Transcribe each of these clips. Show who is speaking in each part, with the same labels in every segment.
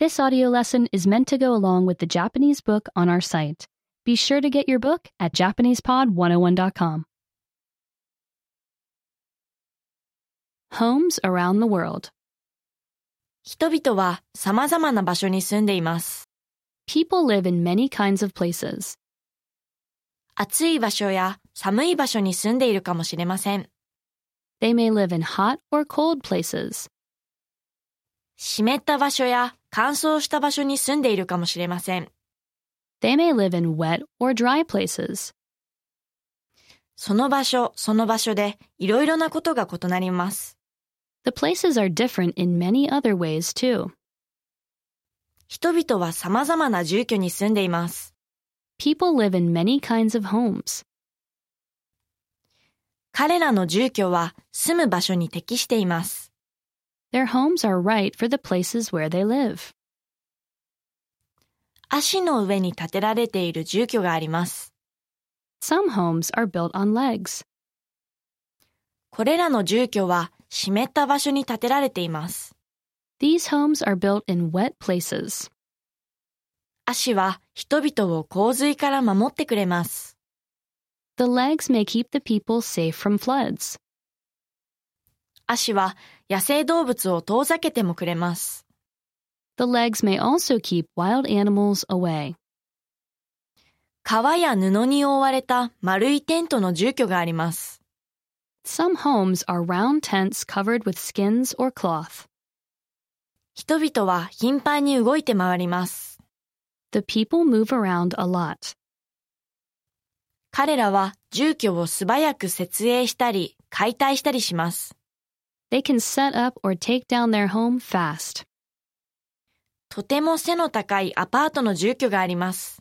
Speaker 1: This audio lesson is meant to go along with the Japanese book on our site. Be sure to get your book at JapanesePod101.com. Homes around the world.
Speaker 2: 人々は様々な場所に住んでいます。
Speaker 1: People live in many kinds of places.
Speaker 2: 暑い場所や寒い場所に住んでいるかもしれません。
Speaker 1: They may live in hot or cold places.
Speaker 2: 湿った場所や乾燥した場所に住んでいるかもしれません。
Speaker 1: They may live in wet or dry places.
Speaker 2: その場所、その場所でいろいろなことが異なります。
Speaker 1: The places are different in many other ways, too.
Speaker 2: 人々は様々な住居に住んでいます。
Speaker 1: People live in many kinds of homes.
Speaker 2: 彼らの住居は住む場所に適しています。
Speaker 1: Their homes are right for the places where they live.
Speaker 2: 足の上に建てられている住居があります。
Speaker 1: Some homes are built on legs.
Speaker 2: これらの住居は湿った場所に建てられています。
Speaker 1: These homes are built in wet places.
Speaker 2: 足は人々を洪水から守ってくれます。
Speaker 1: The legs may keep the people safe from floods.
Speaker 2: 足は野生動物を遠ざけてもくれます。
Speaker 1: The legs may also keep wild animals away.
Speaker 2: 皮や布に覆われた丸いテントの住居があります。
Speaker 1: Some homes are round tents covered with skins or cloth.
Speaker 2: 人々は頻繁に動いて回ります。
Speaker 1: The people move around a lot.
Speaker 2: 彼らは住居を素早く設営したり解体したりします。
Speaker 1: They can set up or take down their home fast.
Speaker 2: とても背の高いアパートの住居があります。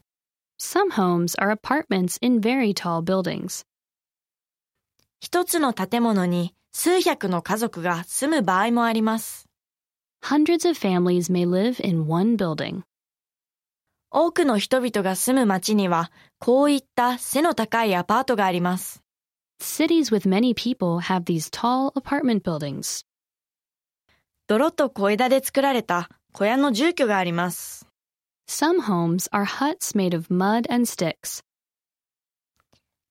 Speaker 1: Some homes are apartments in very tall buildings.
Speaker 2: 一つの建物に数百の家族が住む場合もあります。
Speaker 1: Hundreds of families may live in one building.
Speaker 2: 多くの人々が住む町にはこういった背の高いアパートがあります。
Speaker 1: Cities with many people have these tall apartment buildings.
Speaker 2: 泥と小枝で作られた小屋の住居があります。
Speaker 1: Some homes are huts made of mud and sticks.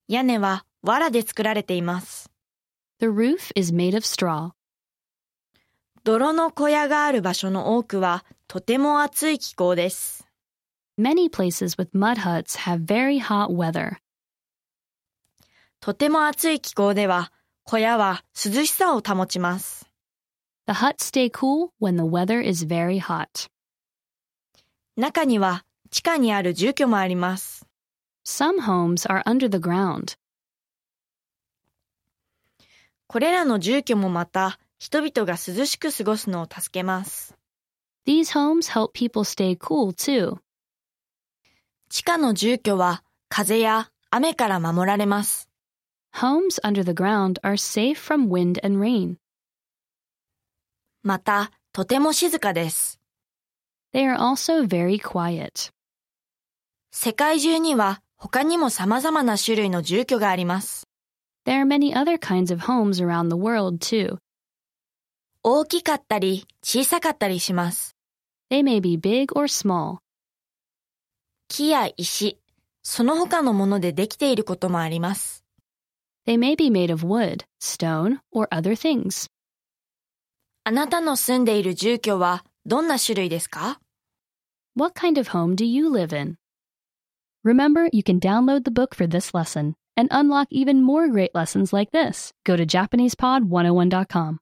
Speaker 2: 屋根は藁で作られています。
Speaker 1: The roof is made of straw.
Speaker 2: 泥の小屋がある場所の多くはとても暑い気候です。
Speaker 1: Many places with mud huts have very hot weather.
Speaker 2: とても暑い気候では小屋は涼しさを保ちます。
Speaker 1: The huts stay cool when the weather is very hot.
Speaker 2: 中には地下にある住居もあります。
Speaker 1: Some homes are under the ground.
Speaker 2: これらの住居もまた人々が涼しく過ごすのを助けます。
Speaker 1: These homes help people stay cool too.
Speaker 2: 地下の住居は風や雨から守られます。
Speaker 1: Homes under the ground are safe from wind and rain.
Speaker 2: また、とても静かです。
Speaker 1: They are also very quiet.
Speaker 2: 世界中には他にも様々な種類の住居があります。
Speaker 1: There are many other kinds of homes around the world too.
Speaker 2: 大きかったり小さかったりします。
Speaker 1: They may be big or small.
Speaker 2: 木や石、その他のものでできていることもあります。
Speaker 1: They may be made of wood, stone, or other things.
Speaker 2: あなたの住んでいる住居はどんな種類ですか
Speaker 1: What kind of home do you live in? Remember, you can download the book for this oh lesson and unlock even more great lessons like this. Go to JapanesePod101.com.